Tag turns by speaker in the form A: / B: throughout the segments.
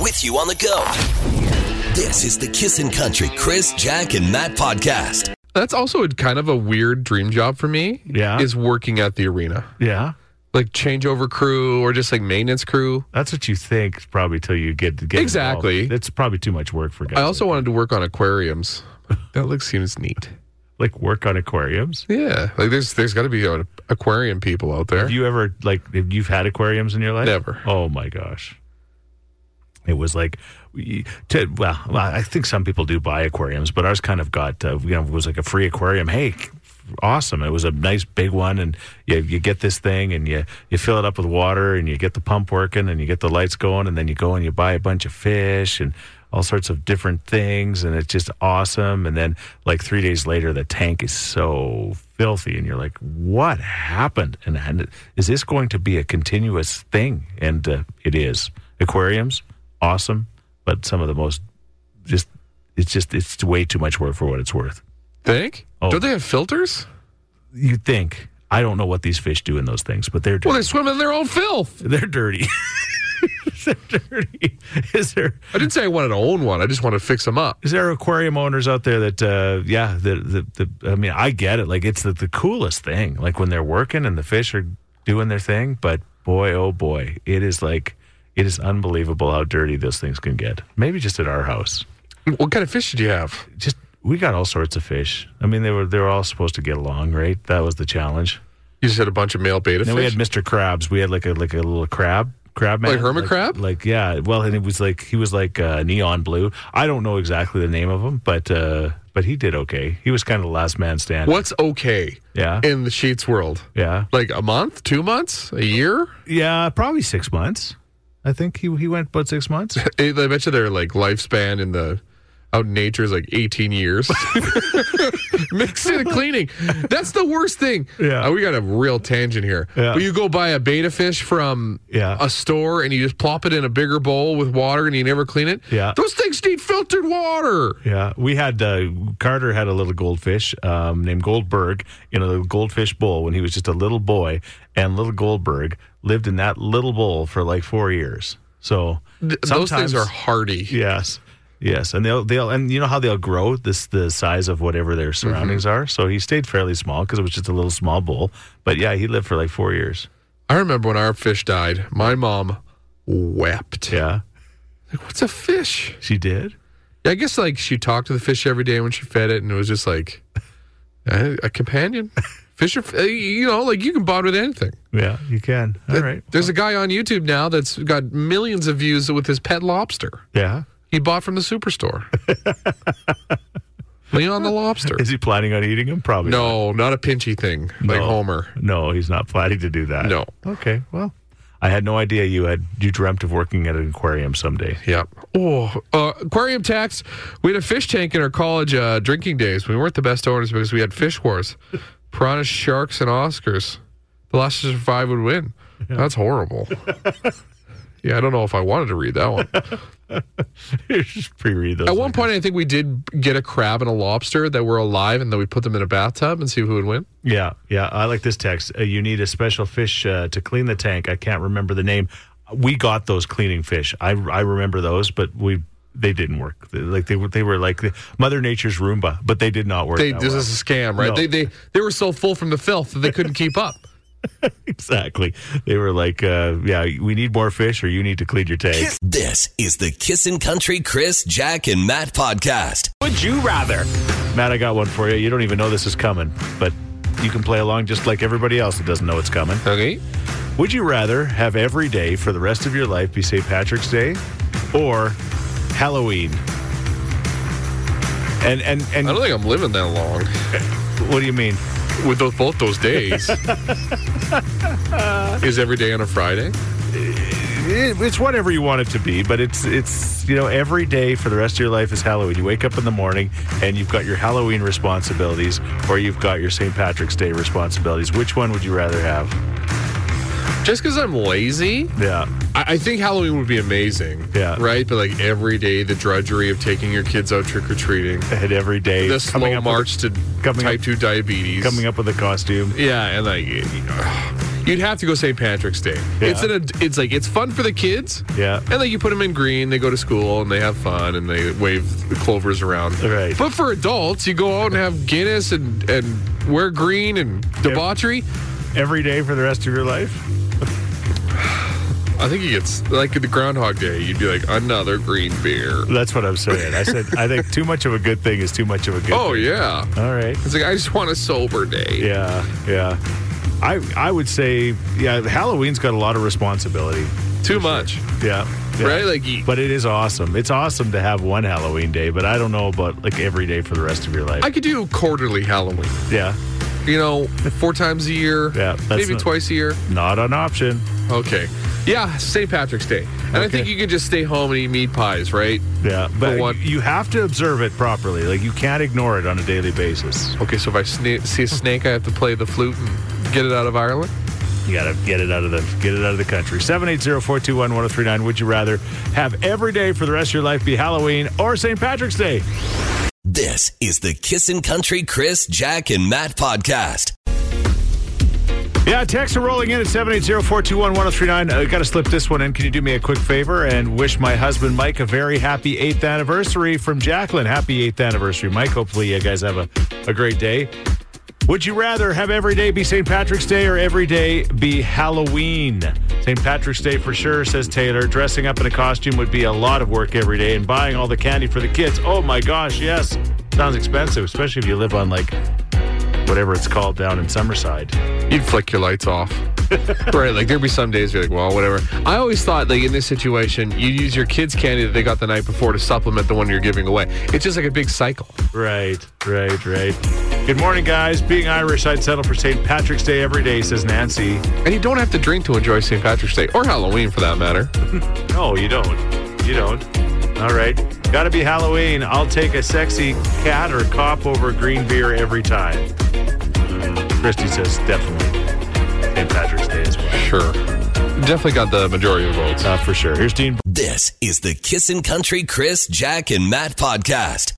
A: with you on the go. This is the Kissin' Country Chris, Jack, and Matt podcast.
B: That's also a, kind of a weird dream job for me.
C: Yeah.
B: Is working at the arena.
C: Yeah.
B: Like changeover crew or just like maintenance crew.
C: That's what you think probably till you get, get
B: Exactly.
C: involved. It's probably too much work for guys.
B: I also
C: like,
B: wanted to work on aquariums. That looks seems neat.
C: like work on aquariums.
B: Yeah. Like there's there's gotta be uh, aquarium people out there.
C: Have you ever like have you've had aquariums in your life?
B: Never.
C: Oh my gosh. It was like we- to, well, well, I think some people do buy aquariums, but ours kind of got uh, you know it was like a free aquarium. Hey, awesome! It was a nice big one, and you you get this thing, and you you fill it up with water, and you get the pump working, and you get the lights going, and then you go and you buy a bunch of fish and all sorts of different things, and it's just awesome. And then like three days later, the tank is so filthy, and you're like, what happened? And, and is this going to be a continuous thing? And uh, it is aquariums awesome, but some of the most just it's just it's way too much work for what it's worth.
B: Think?
C: Oh.
B: Don't they have filters?
C: You think I don't know what these fish do in those things, but they're dirty.
B: Well, they swim in their own filth.
C: they're dirty. they're dirty. Is there
B: I didn't say I wanted to own one. I just want to fix them up.
C: is there aquarium owners out there that uh yeah, the the, the I mean, I get it. Like it's the, the coolest thing. Like when they're working and the fish are doing their thing, but boy oh boy, it is like it is unbelievable how dirty those things can get. Maybe just at our house.
B: What kind of fish did you have?
C: just we got all sorts of fish. I mean, they were they were all supposed to get along, right? That was the challenge.
B: You just had a bunch of male beta
C: And then
B: fish.
C: we had Mr. Krabs. We had like a like a little crab crab man,
B: Like hermit crab?
C: Like yeah, well, and it was like he was like uh, neon blue. I don't know exactly the name of him, but uh, but he did okay. He was kind of the last man standing.
B: What's okay
C: Yeah,
B: in the sheets world?
C: yeah,
B: Like a month, two months, a year?
C: yeah. Probably six months. I think he he went about six months.
B: I I bet you their like lifespan in the out in nature is like 18 years. Mixing and cleaning. That's the worst thing.
C: Yeah.
B: Uh, we got a real tangent here.
C: Yeah.
B: But you go buy a beta fish from
C: Yeah.
B: a store and you just plop it in a bigger bowl with water and you never clean it.
C: Yeah.
B: Those things need filtered water.
C: Yeah, we had uh, Carter had a little goldfish um, named Goldberg in a little goldfish bowl when he was just a little boy, and little Goldberg lived in that little bowl for like four years. So
B: Th- Those things
C: sometimes-
B: are hardy.
C: yes, yes, and they'll they'll and you know how they'll grow this the size of whatever their
B: Mm-hmm.
C: surroundings are. So he stayed fairly small because it was just a little small bowl. But yeah, he lived for like four years.
B: I remember when our fish died, my mom wept.
C: Yeah,
B: Like, what's a fish?
C: she did.
B: Yeah, I guess like she talked to the fish every day when she fed it, and it was just like eh, a, a companion. Fish are, f- uh, you know, like you can bond with anything.
C: Yeah, you can. All right.
B: There's a guy on YouTube now that's got millions of views with his pet lobster
C: Yeah.
B: he bought from the superstore. Leon the lobster.
C: Is he planning on eating him? Probably. not.
B: No, not a pinchy thing like
C: No.
B: Homer.
C: No, he's not planning to do that.
B: No.
C: Okay. Well, I had no idea you had you dreamt of working at an aquarium someday.
B: Yeah. Oh, uh, aquarium tax. We had a fish tank in our college uh, drinking days. We weren't the best owners because we had fish wars, piranhas, sharks, and Oscars. The last to survive would win. That's horrible. yeah, I don't know if I wanted to read that one.
C: Just pre-read those.
B: At one point, I think we did get a crab and a lobster that were alive, and then we put them in a bathtub and see who would win.
C: Yeah, yeah. I like this text. Uh, you need a special fish uh, to clean the tank. I can't remember the name. We got those cleaning fish. I I remember those, but we they didn't work. They- Like they were they were like the, Mother Nature's Roomba, but they did not work.
B: They,
C: that
B: this
C: well.
B: is a scam, right?
C: No.
B: They, they they were so full from the filth that they couldn't keep up.
C: exactly. They were like, uh, yeah, we need more fish, or you need to clean your tank.
A: This is the Kissin' Country Chris, Jack, and Matt podcast.
D: Would you rather?
C: Matt, I got one for you. You don't even know this is coming, but you can play along just like everybody else that doesn't know it's coming.
B: Okay.
C: Would you rather have every day for the rest of your life be St. Patrick's Day or Halloween? And and and
B: I don't think I'm living that long
C: what do you mean?
B: with those, both those days. Is every day on a Friday?
C: It- it's whatever you want it to be, but it's it's you know every day for the rest of your life is Halloween. You wake up in the morning and you've got your Halloween responsibilities or you've got your St. Patrick's Day responsibilities. Which one would you rather have?
B: Just because I'm lazy,
C: Yeah.
B: I, I think Halloween would be amazing.
C: Yeah.
B: Right? But like every day, the drudgery of taking your kids out trick or treating,
C: And every day
B: the
C: coming
B: slow
C: up with-
B: march to
C: coming
B: type
C: up-
B: 2 diabetes.
C: coming up with a costume.
B: Yeah, and like, you know, You'd have to go St. Patrick's Day.
C: Yeah.
B: It's an ad- it's like it's fun for the kids.
C: Yeah.
B: And like you put them in green, they go to school and they have fun and they wave the clovers around.
C: Right.
B: But for adults, you go out and have Guinness and and wear green and debauchery.
C: Every day for the rest of your life?
B: I think it gets like the Groundhog Day. You'd be like another green beer.
C: That's what I'm saying. I said, I think too much of a good thing is too much of a good
B: Oh
C: thing.
B: yeah.
C: All right.
B: It's like I just want a sober day.
C: Yeah, yeah. I I would say yeah. Halloween's got a lot of responsibility.
B: Too much.
C: Yeah, yeah.
B: Right? Like you-
C: but it is awesome. It's awesome to have one Halloween day, but I don't know about like every day for the rest of your life.
B: I could do quarterly Halloween.
C: yeah,
B: You know, four times a year.
C: Yeah, that's
B: Maybe
C: not-
B: twice a year.
C: not an option.
B: Okay. Yeah, St. Patrick's Day. And I
C: Okay.
B: think you could just stay home and eat meat pies, right?
C: Yeah, but
B: what-
C: you have to observe it properly. Like you can't ignore it on a daily basis.
B: Okay, so if I sna- see a snake, I have to play the flute and get it out of Ireland?
C: You gotta get it out of the get it out of the country. 780-421-1039. Would you rather have every day for the rest of your life be Halloween or St. Patrick's Day?
A: This is the Kissin' Country Chris, Jack, and Matt podcast.
C: Yeah, texts are rolling in at 780-421-1039. I got to Uh, slip this one in. Can you do me a quick favor and wish my husband Mike a very happy 8th anniversary from Jacqueline. Happy 8th anniversary, Mike. Hopefully you guys have a, a great day. Would you rather have every day be St. Patrick's Day or every day be Halloween? St. Patrick's Day for sure, says Taylor. Dressing up in a costume would be a lot of work every day and buying all the candy for the kids. Oh my gosh, yes. Sounds expensive, especially if you live on like whatever it's called down in Summerside.
B: You'd flick your lights off. right, like there'd be some days you're like, well, whatever. I always thought, like, in this situation, you use your kids' candy that they got the night before to supplement the one you're giving away. It's just like a big cycle.
C: Right, right, right. Good morning, guys. Being Irish, I'd settle for St. Patrick's Day every day, says Nancy.
B: And you don't have to drink to enjoy St. Patrick's Day or Halloween for that matter.
C: No, you don't. You don't. All right. Gotta be Halloween. I'll take a sexy cat or cop over green beer every time. Christy says definitely St. Patrick's Day as well.
B: Sure. Definitely got the majority of votes.
C: Uh, for sure. Here's Dean.
A: This is the Kissin' Country Chris, Jack, and Matt podcast.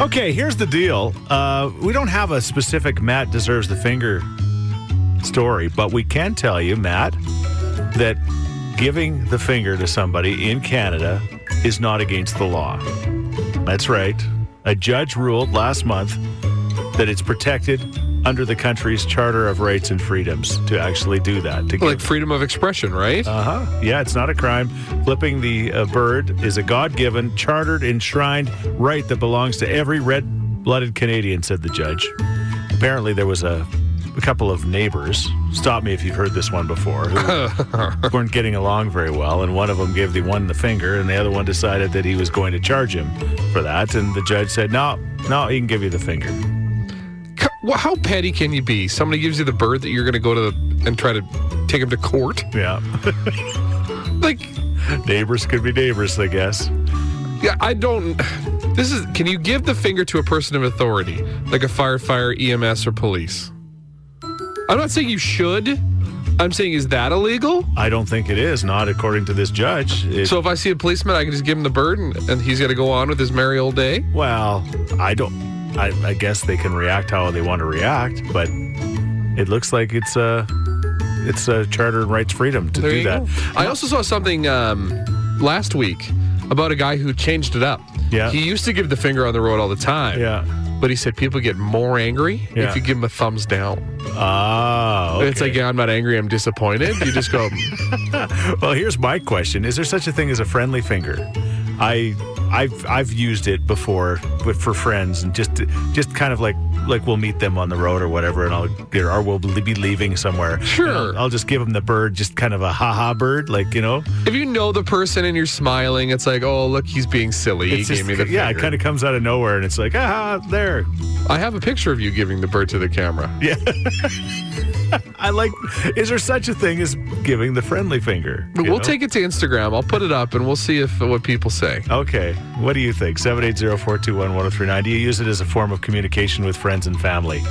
C: Okay, here's the deal. Uh, we don't have a specific Matt deserves the finger story, but we can tell you, Matt, that giving the finger to somebody in Canada is not against the law. That's right. A judge ruled last month that it's protected under the country's Charter of Rights and Freedoms to actually do that. To
B: Like
C: give,
B: freedom of expression, right?
C: uh huh. Yeah, it's not a crime. Flipping the uh, bird is a God given, chartered, enshrined right that belongs to every red blooded Canadian, said the judge. Apparently, there was a, a couple of neighbors, stop me if you've heard this one before, who weren't getting along very well. And one of them gave the one the finger, and the other one decided that he was going to charge him for that. And the judge said, no, no, he can give you the finger.
B: C- wh- How petty can you be? Somebody gives you the bird that you're going to go to the, and try to take him to court.
C: Yeah.
B: Like,
C: neighbors could be neighbors, I guess.
B: yeah, I don't. This is. Can you give the finger to a person of authority, like a firefighter, EMS, or police? I'm not saying you should. I'm saying is that illegal?
C: I don't think it is, not according to this judge. It-
B: So if I see a policeman, I can just give him the bird, and, and he's going to go on with his merry old day.
C: Well, I don't. I, I guess they can react how they want to react, but it looks like it's a it's a charter and rights freedom to
B: There
C: do
B: you
C: that.
B: go. I also saw something um, last week about a guy who changed it up.
C: Yeah.
B: He used to give the finger on the road all the time.
C: Yeah.
B: But he said people get more angry
C: Yeah.
B: if you give them a thumbs down.
C: Ah.
B: It's like, yeah, I'm not angry, I'm disappointed. You just go,
C: Well, here's my question: Is there such a thing as a friendly finger? I, I've, I've used it before, but for friends and just, just kind of like, like we'll meet them on the road or whatever, and I'll, or we'll be leaving somewhere. and
B: Sure.
C: I'll, I'll just give them the bird, just kind of a haha bird, like you know.
B: if you know the person and you're smiling, it's like, oh, look, he's being silly. He
C: It's
B: gave
C: just-
B: me the
C: yeah, it
B: finger.
C: kind of comes out of nowhere, and it's like, ah, there.
B: I have a picture of you giving the bird to the camera.
C: I like. Is there such a thing as giving the friendly finger?
B: But
C: you
B: we'll
C: know?
B: take it to Instagram. I'll put it up and we'll see if what people say.
C: Okay. What do you think? 780-421-1039. Do you use it as a form of communication with friends and family?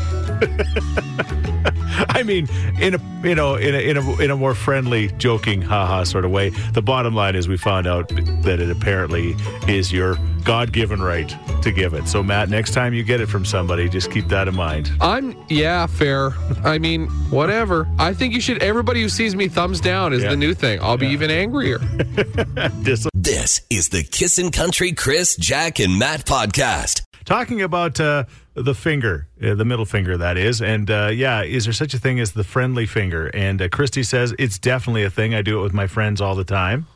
C: I mean, in a you know, in a, in a in a more friendly, joking, haha sort of way. The bottom line is we found out that it apparently is your God given right to give it. So, Matt, next time you get it from somebody, just keep that in mind.
B: I'm yeah, fair. I mean, whatever. I think you should. Everybody who sees me thumbs down is
C: Yeah.
B: the new thing. I'll be even angrier.
C: Dis-
A: This is the Kissin' Country Chris, Jack, and Matt podcast.
C: Talking about uh, the finger, uh, the middle finger, that is. And uh, yeah, is there such a thing as the friendly finger? And uh, Christy says it's definitely a thing. I do it with my friends all the time.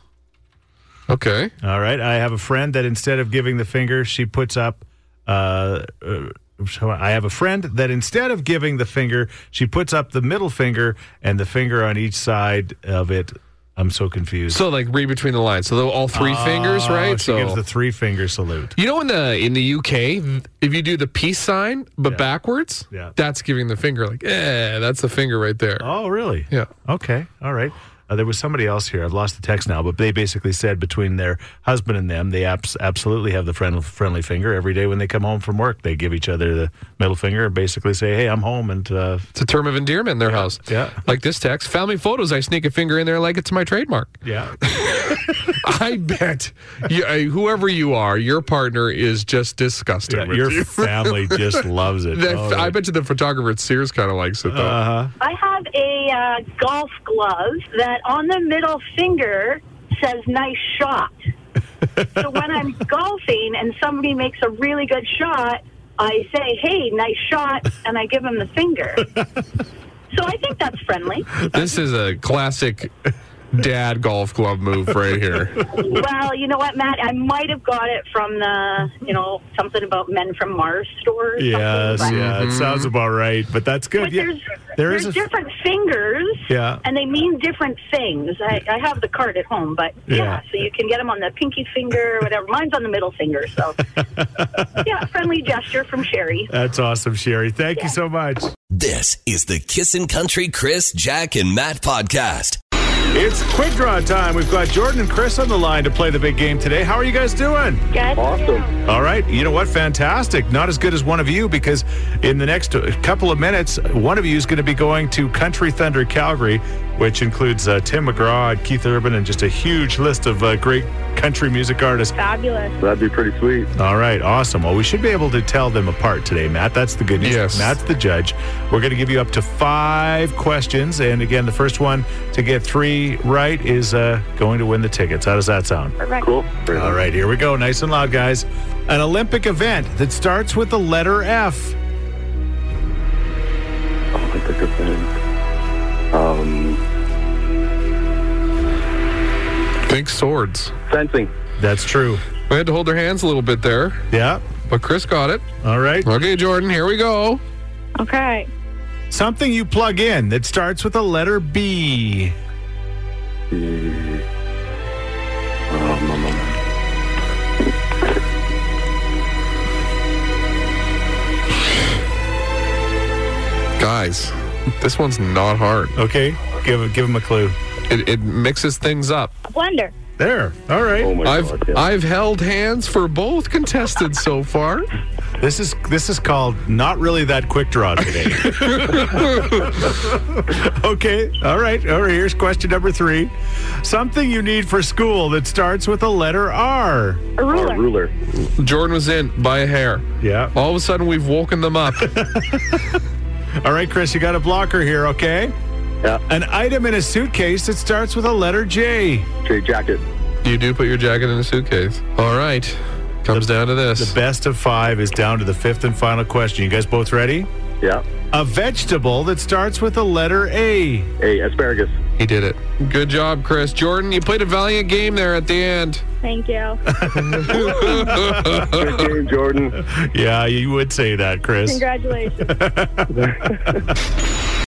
B: Okay.
C: All right. I have a friend that instead of giving the finger, she puts up. Uh, uh, so I have a friend that instead of giving the finger, she puts up the middle finger and the finger on each side of it. I'm so confused.
B: So like read between the lines. So the- all three fingers,
C: Oh,
B: right?
C: She
B: so
C: gives the three finger salute.
B: you know in the in the UK, if you do the peace sign but backwards,
C: Yeah.
B: that's giving the finger. Like yeah, that's the finger right there.
C: Oh, really?
B: Yeah.
C: Okay. All right. Uh, there was somebody else here. I've lost the text now, but they basically said between their husband and them, they abs- absolutely have the friend- friendly finger every day when they come home from work. They give each other the middle finger and basically say, "Hey, I'm home," and uh,
B: It's a term of endearment in their house.
C: yeah.
B: Like this text, family photos. I sneak a finger in there like it's my trademark.
C: yeah.
B: I bet you, uh, whoever you are, your partner is just disgusted.
C: Yeah,
B: with
C: your
B: you.
C: family just loves it.
B: The-
C: Oh,
B: I bet you the photographer at Sears kind of likes it though.
D: I have a uh, golf glove that on the middle finger says nice shot. so when I'm golfing and somebody makes a really good shot, I say, hey, nice shot, and I give them the finger. so I think that's friendly.
C: Uh-huh.
B: this is a classic dad golf club move right here.
D: Well, you know what, Matt? I might have got it from the, you know, something about men from Mars store. Or
C: yes,
D: something, but-
C: yeah,
B: Mm-hmm.
C: it sounds about right. But that's good.
D: But
C: yeah,
D: there's,
C: there
D: there's
C: is a
D: different fingers,
C: Yeah.
D: and they mean different things. I, I have the card at home, but yeah,
C: Yeah.
D: so you can get them on the pinky finger, whatever. Mine's on the middle finger, so yeah, friendly gesture from Sherry.
C: That's awesome, Sherry. Thank you so much.
A: This is the Kissin' Country Chris, Jack, and Matt podcast.
C: It's quick draw time. We've got Jordan and Chris on the line to play the big game today. How are you guys doing?
E: Awesome.
C: All right. You know what? Fantastic. Not as good as one of you because in the next uh, couple of minutes, one of you is going to be going to Country Thunder Calgary, which includes uh, Tim McGraw, Keith Urban, and just a huge list of uh, great country music artists.
F: Fabulous.
E: That'd be pretty sweet.
C: All right, awesome. Well, we should be able to tell them apart today, Matt. That's the good news.
B: Yes.
C: Matt's the judge. We're going to give you up to five questions. And again, the first one to get three right is uh, going to win the tickets. How does that sound?
F: Perfect.
E: Cool. Great.
C: All right, here we go. Nice and loud, guys. An Olympic event that starts with the letter F.
E: Oh, I took a pen. Um,
B: Think swords.
E: fencing.
C: That's true.
B: We had to hold their hands a little bit there,
C: Yeah.
B: but Chris got it.
C: All right.
B: Okay, Jordan, here we go.
F: Okay.
C: Something you plug in that starts with the letter B.
E: Mm. Um, um, um,
B: Guys, this one's not hard.
C: Okay. Give give him a clue.
B: It, it mixes things up.
F: A blender.
C: There. All right.
E: oh my
B: I've
E: god. Yeah.
B: I've held hands for both contestants so far.
C: This is this is called not really that quick draw today. okay, all right. All right. Here's question number three: something you need for school that starts with a letter R.
F: A ruler.
E: Our ruler.
B: Jordan was in by a hair.
C: Yeah.
B: All of a sudden, we've woken them up.
C: All right, Chris, you got a blocker here. Okay.
E: Yeah.
C: An item in a suitcase that starts with a letter J.
E: Trade jacket.
B: You do put your jacket in a suitcase. All right, comes down to
C: The
B: this.
C: best of five is down to the fifth and final question. You guys both ready?
E: Yeah.
C: A vegetable that starts with a letter A.
E: Hey, asparagus.
B: He did it. Good job, Chris. Jordan, you played a valiant game there at the end.
F: Thank you.
E: Good game, Jordan.
C: Yeah, you would say that, Chris.
F: Congratulations.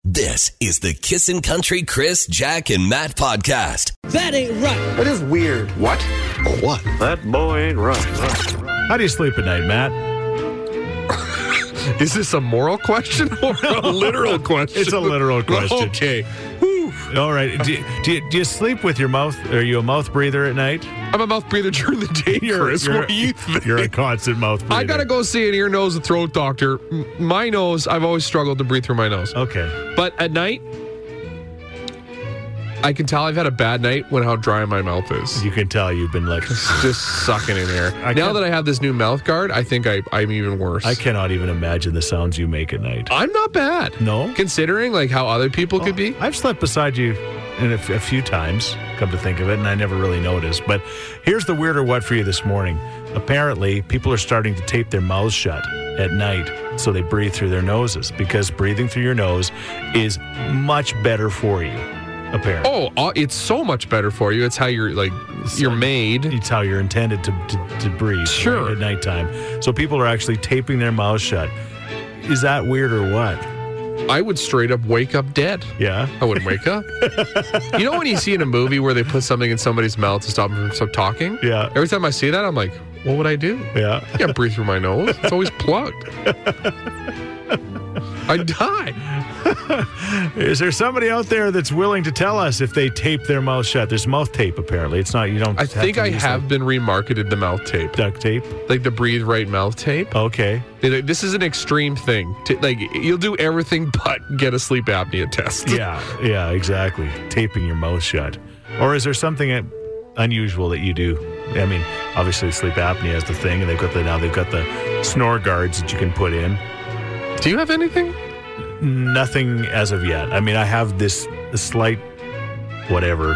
A: This is the Kissin' Country Chris, Jack, and Matt podcast.
G: That ain't right.
H: That is weird. What? What?
E: That boy ain't right.
C: How do you sleep at night, Matt?
B: Is this a moral question or a literal question?
C: It's a literal question.
B: Okay.
C: All right. Do you, do, you, do you sleep with your mouth? Are you a mouth breather at night?
B: I'm a mouth breather during the day, Chris. what do you think?
C: You're a constant mouth breather.
B: I gotta go see an ear, nose, and throat doctor. M- My nose, I've always struggled to breathe through my nose.
C: Okay.
B: But at night, I can tell I've had a bad night when how dry my mouth is.
C: You can tell you've been like.
B: It's just sucking in air.
C: I
B: now
C: can't-
B: that I have this new mouth guard, I think I, I'm even worse.
C: I cannot even imagine the sounds you make at night.
B: I'm not bad.
C: No?
B: Considering like how other people could be.
C: I've slept beside you in a, f- a few times, come to think of it, and I never really noticed. But here's the weirder what for you this morning. Apparently, people are starting to tape their mouths shut at night so they breathe through their noses because breathing through your nose is much better for you, apparently.
B: Oh, uh, it's so much better for you. It's how you're like you're made.
C: It's how you're intended to, to, to breathe
B: Sure.
C: right, at nighttime. So people are actually taping their mouths shut. Is that weird or what?
B: I would straight up wake up dead.
C: Yeah.
B: I wouldn't wake up. you know when you see in a movie where they put something in somebody's mouth to stop them from stop talking?
C: Yeah.
B: Every time I see that, I'm like, what would I do?
C: Yeah.
B: I can't breathe through my nose. It's always plugged. I die.
C: Is there somebody out there that's willing to tell us if they tape their mouth shut? There's mouth tape, apparently. It's not, you don't.
B: I think
C: to
B: I
C: use,
B: have
C: like,
B: been remarketed the mouth tape,
C: duct tape.
B: like the breathe right mouth tape.
C: Okay.
B: They're like, This is an extreme thing. To, like you'll do everything but get a sleep apnea test.
C: Yeah. Yeah, exactly. Taping your mouth shut. Or is there something uh, unusual that you do? I mean, obviously, sleep apnea is the thing, and they've got the now they've got the snore guards that you can put in.
B: Do you have anything?
C: Nothing as of yet. I mean, I have this slight whatever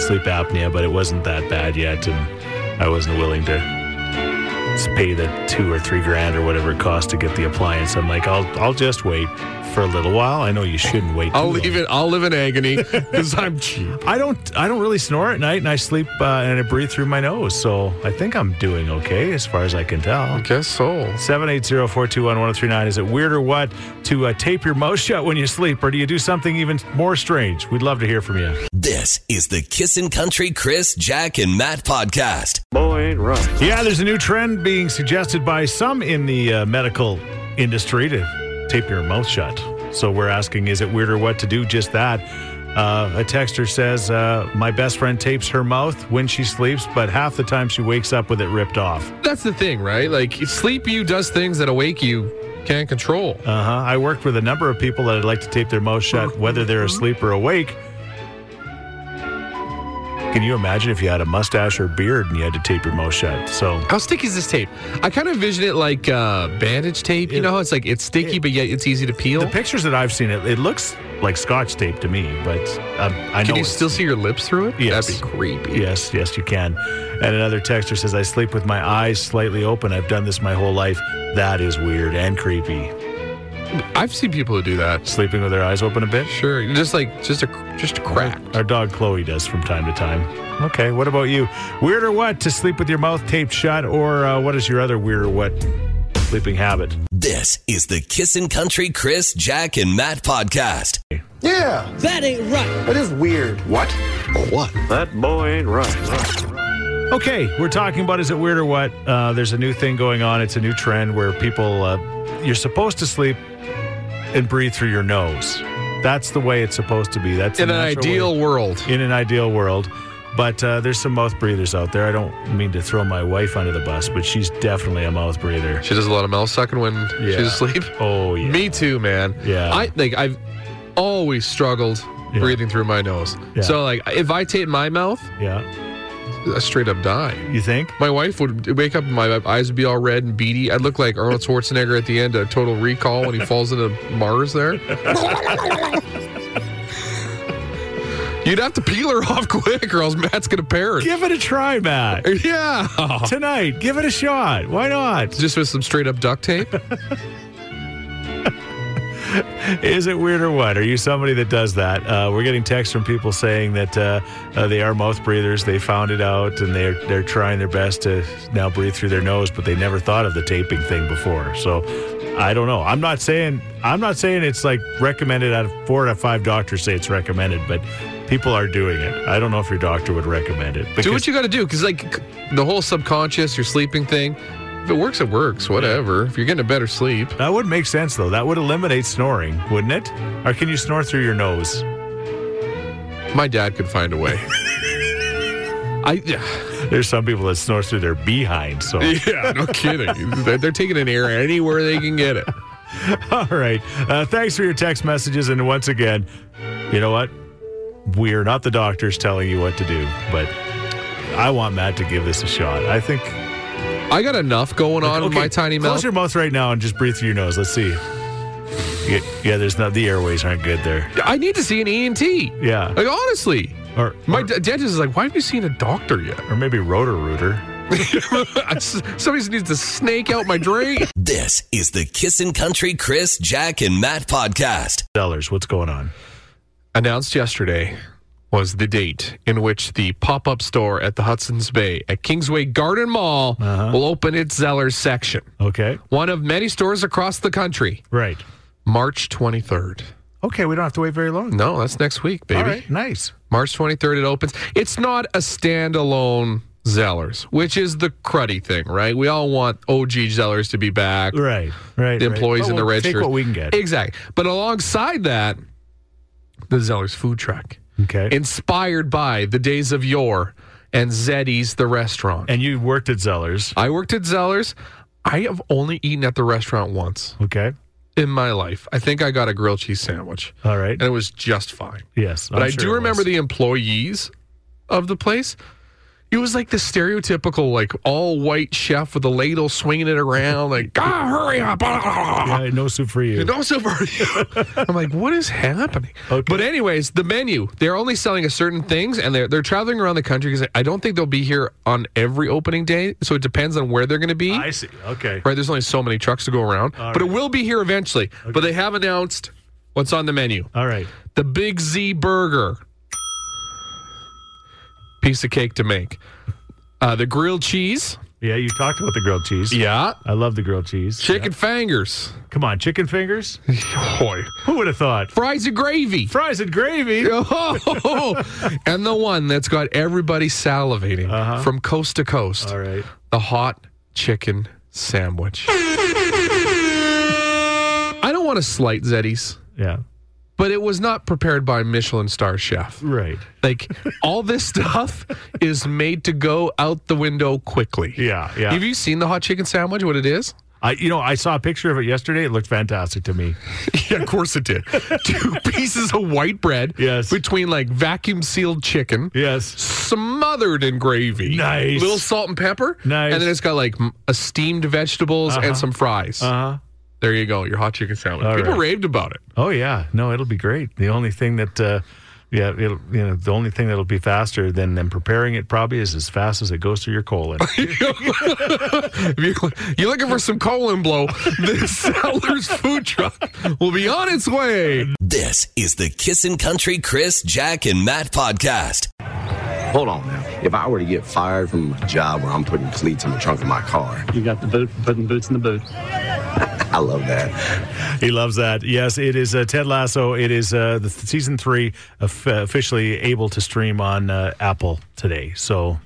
C: sleep apnea, but it wasn't that bad yet, and I wasn't willing to s- pay the two or three grand or whatever it costs to get the appliance. I'm like, I'll I'll just wait for a little while. I know you shouldn't wait.
B: I'll
C: too
B: leave
C: long.
B: it. I'll live in agony because I'm cheap.
C: I don't. I don't really snore at night, and I sleep uh, and I breathe through my nose. So I think I'm doing okay as far as I can tell.
B: Guess so.
C: 780-421-1039. Is it weird or what to uh, tape your mouth shut when you sleep, or do you do something even more strange? We'd love to hear from you.
A: This is the Kissin' Country Chris, Jack, and Matt podcast.
E: Boy, ain't right.
C: Yeah, there's a new trend being suggested by some in the uh, medical industry to tape your mouth shut. So we're asking, is it weird or what to do just that? Uh, a texter says, uh, My best friend tapes her mouth when she sleeps, but half the time she wakes up with it ripped off.
B: That's the thing, right? Like sleep you does things that awake you can't control.
C: Uh huh. I worked with a number of people that I'd like to tape their mouth
B: Mm-hmm.
C: shut, whether they're asleep or awake. Can you imagine if you had a mustache or beard and you had to tape your mouth shut? So
B: How sticky is this tape? I kind of envision it like uh, bandage tape. You
C: It-
B: know how it's like it's sticky,
C: it-
B: but yet it's easy to peel.
C: The pictures that I've seen, it, it looks like scotch tape to me, but um, I know.
B: Can you
C: it's-
B: still see your lips through it?
C: Yes.
B: That'd be creepy.
C: Yes, yes, you can. And another texter says, I sleep with my eyes slightly open. I've done this my whole life. That is weird and creepy.
B: I've seen people who do that.
C: Sleeping with their eyes open a bit?
B: Sure, just like just a just a crack.
C: Our dog Chloe does from time to time. Okay, what about you? Weird or what to sleep with your mouth taped shut, or uh, what is your other weird or what sleeping habit?
A: This is the Kissin' Country Chris, Jack, and Matt podcast.
H: Yeah,
F: That ain't right.
H: that is weird. What? What?
E: That boy ain't right.
C: Okay, we're talking about is it weird or what? Uh, there's a new thing going on. It's a new trend where people, uh, you're supposed to sleep and breathe through your nose. That's the way it's supposed to be. That's
B: In
C: the
B: an
C: natural
B: ideal world.
C: way- in an ideal world. But uh, there's some mouth breathers out there. I don't mean to throw my wife under the bus, but she's definitely a mouth breather.
B: She does a lot of mouth sucking when
C: Yeah.
B: she's asleep.
C: Oh yeah,
B: Me too, man.
C: Yeah.
B: I like I've always struggled
C: Yeah.
B: breathing through my nose.
C: Yeah.
B: So like if I tape my mouth,
C: yeah.
B: I straight up die.
C: You think?
B: My wife would wake up and my eyes would be all red and beady. I'd look like Arnold Schwarzenegger at the end of Total Recall when he falls into Mars there. You'd have to peel her off quick or else Matt's gonna perish.
C: Give it a try, Matt.
B: Yeah.
C: Tonight, give it a shot. Why not?
B: Just with some straight up duct tape.
C: Is it weird or what? Are you somebody that does that? Uh, we're getting texts from people saying that uh, uh, they are mouth breathers. They found it out and they're they're trying their best to now breathe through their nose, but they never thought of the taping thing before. So I don't know. I'm not saying I'm not saying it's like recommended. Out of four out of five doctors say it's recommended, but people are doing it. I don't know if your doctor would recommend it.
B: do
C: because-
B: what you got to do because like c- the whole subconscious your sleeping thing if it works it works whatever if you're getting a better sleep
C: that would make sense though. That would eliminate snoring, wouldn't it? Or can you snore through your nose?
B: my dad could find a way i
C: There's some people that snore through their behind. So.
B: yeah no kidding they're, they're taking an air anywhere they can get it
C: All right. Uh, thanks for your text messages. And once again, you know what? We are not the doctors telling you what to do, but I want Matt to give this a shot. I think.
B: I got enough going on with
C: Okay,
B: my tiny
C: close
B: mouth.
C: your mouth right now and just breathe through your nose. Let's see. Yeah, yeah, there's not the airways aren't good there.
B: I need to see an ENT.
C: Yeah.
B: Like honestly,
C: Or
B: my
C: or,
B: d- dentist is like, "Why haven't you seen a doctor yet?"
C: or maybe rotor rooter.
B: I s- Somebody needs to snake out my drain.
A: This is the Kissin' Country Chris, Jack, and Matt podcast.
C: Sellers, what's going on?
B: announced yesterday was the date in which the pop-up store at the Hudson's Bay at Kingsway Garden Mall will open its Zellers section,
C: Okay.
B: one of many stores across the country,
C: Right.
B: March 23rd.
C: Okay, we don't have to wait very long.
B: No, that's next week, baby.
C: All right. Nice.
B: March 23rd it opens. It's not a standalone Zellers, which is the cruddy thing, right? We all want OG Zellers to be back.
C: Right. Right.
B: The employees
C: right.
B: in the
C: Well,
B: red
C: Take
B: shirts.
C: what we can get.
B: Exactly. But alongside that, the Zellers food truck.
C: Okay.
B: inspired by the days of yore and Zeddy's the restaurant.
C: and you worked at Zellers.
B: I worked at Zeller's. I have only eaten at the restaurant once
C: Okay.
B: in my life. I think I got a grilled cheese sandwich
C: All right.
B: and it was just fine.
C: Yes.
B: But
C: I'm
B: i
C: sure
B: do
C: it
B: remember
C: was.
B: the employees of the place. It was like the stereotypical, like all white chef with a ladle swinging it around, like, ah, hurry up.
C: Yeah, no soup for you.
B: And also for you. I'm like, what is happening?
C: Okay.
B: But anyways, the menu. They're only selling a certain things and they're they're traveling around the country because I don't think they'll be here on every opening day. So it depends on where they're gonna be.
C: I see. Okay.
B: right? There's only so many trucks to go around.
C: All
B: but it
C: right.
B: will be here eventually. But they have announced what's on the menu.
C: All right.
B: The Big Z burger. Piece of cake to make. Uh, the grilled cheese.
C: Yeah, you talked about the grilled cheese.
B: Yeah.
C: I love the grilled cheese.
B: Chicken fingers.
C: Come on, chicken fingers?
B: Boy.
C: Who would have thought?
B: Fries and gravy.
C: Fries and gravy.
B: Oh, and the one that's got everybody salivating from coast to coast
C: All right.
B: the hot chicken sandwich. I don't want to slight Zeddy's,
C: Yeah.
B: but it was not prepared by a Michelin star chef.
C: Right.
B: Like, all this stuff is made to go out the window quickly.
C: Yeah. Yeah.
B: Have you seen the hot chicken sandwich? What it is?
C: I, you know, I saw a picture of it yesterday. It looked fantastic to me.
B: Yeah, of course it did. Two pieces of white bread
C: Yes.
B: between like vacuum sealed chicken.
C: Yes.
B: smothered in gravy.
C: Nice.
B: Little salt and pepper.
C: Nice.
B: And then it's got like m- uh, steamed vegetables and some fries.
C: Uh huh.
B: There you go, your hot chicken sandwich.
C: All
B: People
C: right.
B: raved about it.
C: Oh yeah, no, it'll be great. The only thing that, uh, yeah, it'll, you know, the only thing that'll be faster than them preparing it probably is as fast as it goes through your colon.
B: If you- you're looking for some colon blow, this seller's food truck will be on its way.
A: This is the Kissin' Country Chris, Jack, and Matt podcast.
F: Hold on now. If I were to get fired from a job where I'm putting cleats in the trunk of my car,
G: You got the boot, putting boots in the boot.
F: I love that.
C: he loves that. Yes, it is uh, Ted Lasso. It is uh, the season three of, uh, officially able to stream on uh, Apple today. So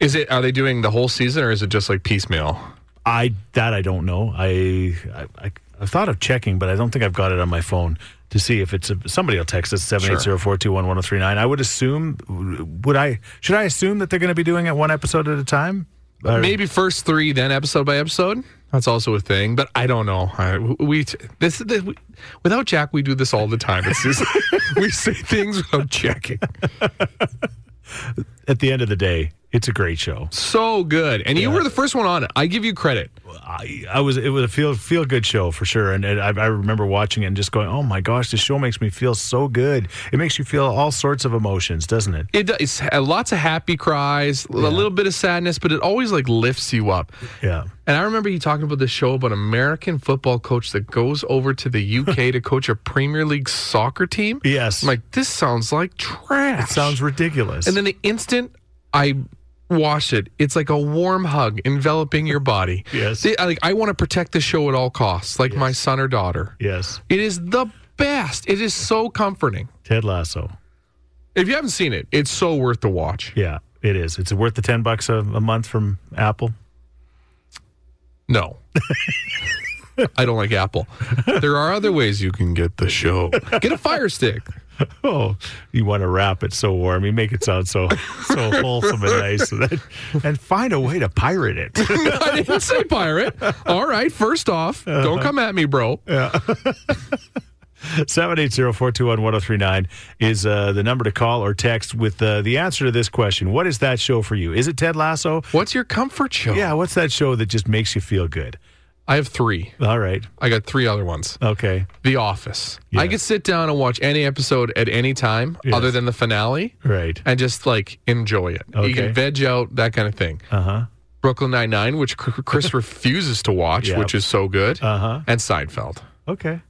B: Is it? Are they doing the whole season, or is it just like piecemeal?
C: I that I don't know. I I, I I've thought of checking, but I don't think I've got it on my phone to see if it's a, somebody will text us seven eight zero four two one one zero three nine. I would assume. Would I? Should I assume that they're going to be doing it one episode at a time? Or-
B: Maybe first three, then episode by episode. That's also a thing, but I don't know. I, we this, this we, without Jack, we do this all the time. It's just we say things without checking.
C: at the end of the day, it's a great show.
B: so good. And you were the first one on it. I give you credit.
C: I, I was it was a feel feel good show for sure, and, and I, I remember watching it and just going, "Oh my gosh, this show makes me feel so good." It makes you feel all sorts of emotions, doesn't it?
B: It, do- it's uh, lots of happy cries, a little bit of sadness, but it always like lifts you up.
C: Yeah.
B: And I remember you talking about this show about an American football coach that goes over to the UK to coach a Premier League soccer team.
C: Yes.
B: I'm like, this sounds like trash.
C: sounds ridiculous.
B: And then the instant I watch it, it's like a warm hug enveloping your body.
C: Yes.
B: See, I- like I want to protect the show at all costs, like my son or daughter.
C: yes,
B: It is the best. It is so comforting.
C: Ted Lasso.
B: If you haven't seen it, it's so worth the watch.
C: Yeah, it is. It's worth the ten bucks a, a month from Apple.
B: No. I don't like Apple. There are other ways you can get the show. Get a fire stick.
C: Oh, you want to wrap it so warm, you make it sound so so wholesome and nice, and, and find a way to pirate it.
B: I didn't say pirate. All right, first off, don't come at me, bro.
C: 780-421-1039 is uh, the number to call or text with uh, the answer to this question. What is that show for you? Is it Ted Lasso?
B: What's your comfort show?
C: Yeah, what's that show that just makes you feel good?
B: I have three.
C: All right.
B: I got three other ones.
C: Okay.
B: The Office. I
C: Yes.
B: could sit down and watch any episode at any time
C: Yes.
B: other than the finale
C: Right.
B: and just like enjoy it. You
C: Okay.
B: can veg out, that kind of thing.
C: Uh-huh.
B: Brooklyn Nine-Nine, which Chr- Chris refuses to watch,
C: Yeah.
B: which is so good,
C: Uh-huh.
B: and Seinfeld.
C: Okay.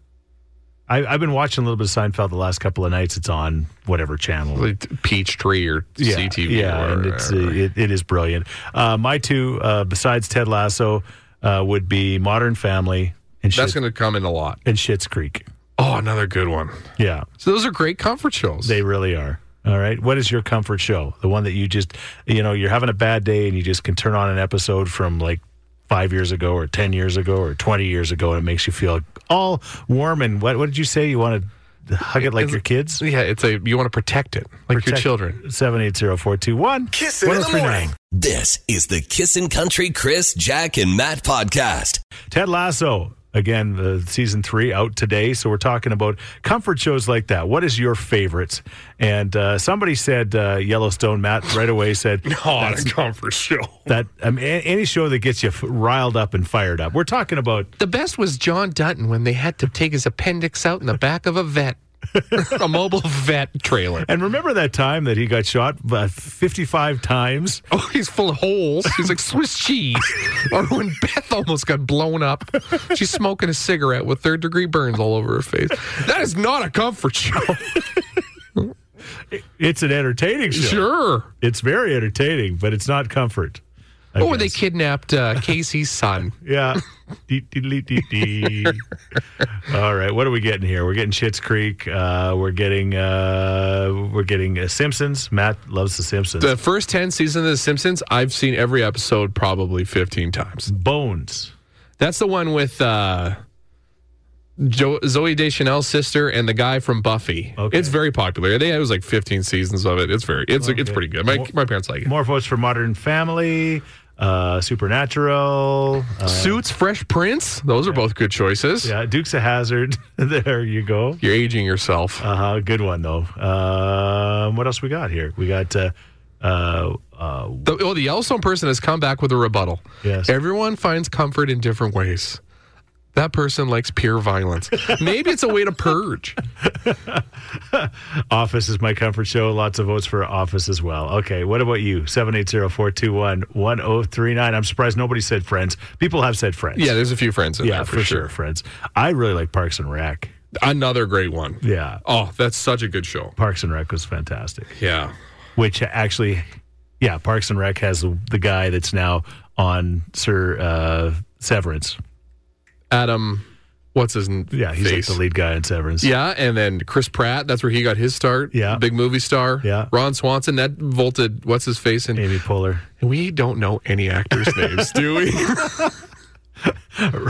C: I, I've been watching a little bit of Seinfeld the last couple of nights. It's on whatever channel.
B: Like Peachtree or CTV.
C: Yeah,
B: or
C: and
B: whatever.
C: it's uh, it, it is brilliant. Uh, my two, uh, besides Ted Lasso, uh, would be Modern Family and
B: That's
C: Shit,
B: going to come in a lot.
C: and Shit's Creek.
B: Oh, another good one.
C: Yeah,
B: So those are great comfort shows.
C: they really are. All right, what is your comfort show? The one that you just, you know, you're having a bad day and you just can turn on an episode from like five years ago or ten years ago or twenty years ago, and it makes you feel all warm and what? What did you say? You want to hug it like
B: Is-
C: your kids?
B: yeah, it's a you want to protect it like your
C: Protect-
B: children.
C: 780-421.
H: Kiss it in the
C: 1039.
H: morning.
A: This is the Kissin' Country Chris, Jack, and Matt podcast.
C: Ted Lasso. Again, the season three out today. So we're talking about comfort shows like that. What is your favorites? And uh, somebody said uh, Yellowstone. Matt right away said
B: Not a comfort show.
C: that I mean, a- any show that gets you f- riled up and fired up. We're talking about
B: The best was John Dutton when they had to take his appendix out in the back of a vet, a mobile vet trailer.
C: and remember that time that he got shot uh, fifty-five times.
B: Oh, he's full of holes. He's like Swiss cheese. or when Beth almost got blown up, she's smoking a cigarette with third degree burns all over her face. That is not a comfort show.
C: It's an entertaining show.
B: Sure.
C: it's very entertaining, but it's not comfort. I
B: Or they
C: guess.
B: kidnapped uh, Casey's son.
C: Yeah. Dee, dee, dee, dee, dee. All right, what are we getting here? We're getting Schitt's Creek. Uh, we're getting uh, we're getting uh, Simpsons. Matt loves the Simpsons.
B: The first 10 seasons of The Simpsons, I've seen every episode probably 15 times.
C: Bones.
B: That's the one with uh, jo- Zoe Deschanel's sister and the guy from Buffy.
C: Okay.
B: It's very popular. They it was like 15 seasons of it. It's very it's it's pretty good. My,
C: More-
B: my parents like it.
C: More votes for Modern Family. Uh, Supernatural. Uh,
B: Suits, Fresh Prince. Those are both good choices.
C: yeah, Dukes of Hazard. there you go.
B: You're aging yourself.
C: Uh huh. Good one though. Um, what else we got here? We got. Uh, uh, uh,
B: The, well, the Yellowstone person has come back with a rebuttal.
C: Yes.
B: Everyone finds comfort in different ways. That person likes pure violence. Maybe it's a way to purge.
C: Office is my comfort show. Lots of votes for Office as well. Okay, what about you? 780-421-1039. I'm surprised nobody said Friends. People have said Friends.
B: Yeah, there's a few friends in
C: yeah,
B: there
C: for, sure. Friends. I really like Parks and Rec.
B: Another great one.
C: Yeah.
B: Oh, that's such a good show.
C: Parks and Rec was fantastic.
B: Yeah.
C: Which actually yeah, Parks and Rec has the, the guy that's now on Sir uh, Severance.
B: Adam, what's his n-
C: Yeah, he's
B: face?
C: like the lead guy in Severance.
B: Yeah, and then Chris Pratt. That's where he got his start.
C: Yeah.
B: big movie star.
C: Yeah.
B: Ron Swanson. That vaulted. What's his face? And
C: Amy Poehler.
B: we don't know any actors' names, do we?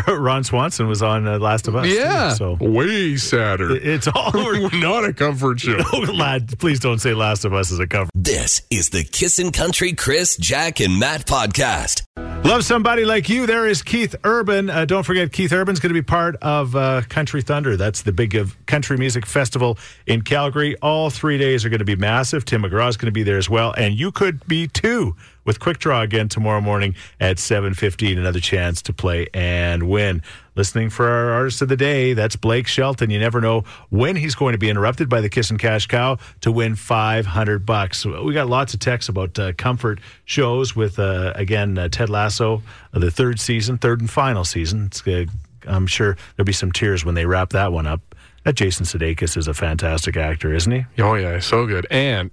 C: Ron Swanson was on uh, Last of Us. too,
B: yeah.
C: so
B: Way sadder.
C: it's all over.
B: Not a comfort show.
C: Oh, lad, please don't say Last of Us is a cover.
A: This is the Kissin' Country Chris, Jack, and Matt podcast.
C: Love somebody like you. There is Keith Urban. Uh, don't forget, Keith Urban's going to be part of uh, Country Thunder. That's the big of country music festival in Calgary. All three days are going to be massive. Tim McGraw's going to be there as well, and you could be too with Quick Draw again tomorrow morning at seven fifteen. Another chance to play and win. Listening for our artist of the day, that's Blake Shelton. You never know when he's going to be interrupted by the Kiss and Cash Cow to win 500 bucks. We got lots of texts about uh, comfort shows with, uh, again, uh, Ted Lasso, uh, the third season, third and final season. It's, uh, I'm sure there'll be some tears when they wrap that one up. That Jason Sudeikis is a fantastic actor, isn't he?
B: Oh yeah, so good. And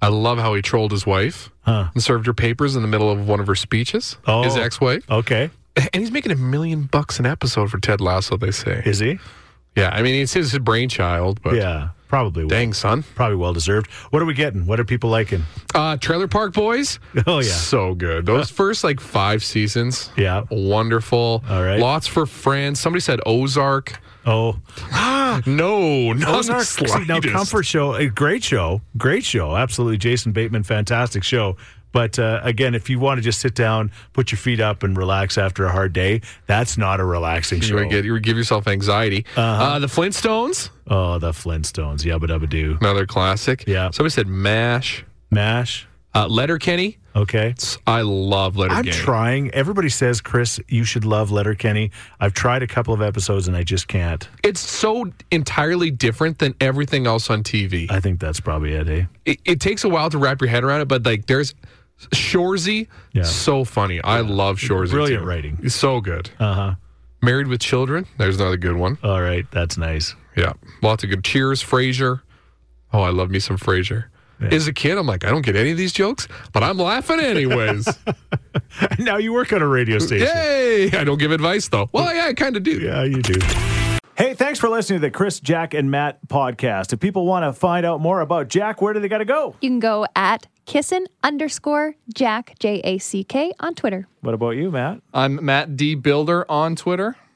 B: I love how he trolled his wife and served her papers in the middle of one of her speeches.
C: Oh.
B: His ex-wife,
C: Okay.
B: and he's making a million bucks an episode for Ted Lasso. They say.
C: Is he?
B: Yeah, I mean it's his brainchild, but
C: Yeah, probably.
B: dang son.
C: Probably well deserved. What are we getting? What are people liking?
B: Uh, Trailer Park Boys.
C: Oh, yeah.
B: so good. Those first like five seasons.
C: Yeah.
B: wonderful.
C: All right.
B: lots for friends. Somebody said Ozark.
C: Oh,
B: No, not
C: Ozark.
B: the
C: See, now
B: slightest.
C: comfort show, a great show, great show, absolutely. Jason Bateman, fantastic show. But uh, again, if you want to just sit down, put your feet up, and relax after a hard day, that's not a relaxing
B: You
C: show. Uh-huh.
B: would get you would give yourself anxiety. uh the Flintstones,
C: oh, the Flintstones, yabba dabba doo,
B: another classic.
C: Yeah.
B: Somebody said Mash.
C: Mash.
B: Uh, Letterkenny.
C: Okay.
B: I love Letterkenny.
C: I'm trying. Everybody says, Chris, you should love Letterkenny. I've tried a couple of episodes and I just can't.
B: it's so entirely different than everything else on TV.
C: I think that's probably it, eh?
B: it, it takes a while to wrap your head around it, but like there's Shorzy,
C: Yeah.
B: so funny. I love Shorzy.
C: Brilliant
B: too.
C: writing. Uh-huh.
B: It's so good. Uh huh. Married with Children. There's another good one.
C: All right. That's nice.
B: Yeah, lots of good. Cheers, Frasier. Oh, I love me some Frasier. As a kid, I'm like, I don't get any of these jokes, but I'm laughing anyways.
C: now you work on a radio station.
B: Yay! I don't give advice though. Well, yeah, I kind of do.
C: Yeah, you do. Hey, thanks for listening to the Chris, Jack, and Matt podcast. If people want to find out more about Jack, where do they got to go?
I: You can go at kissin underscore Jack, J A C K, on Twitter.
C: What about you, Matt?
J: I'm Matt D Builder on Twitter.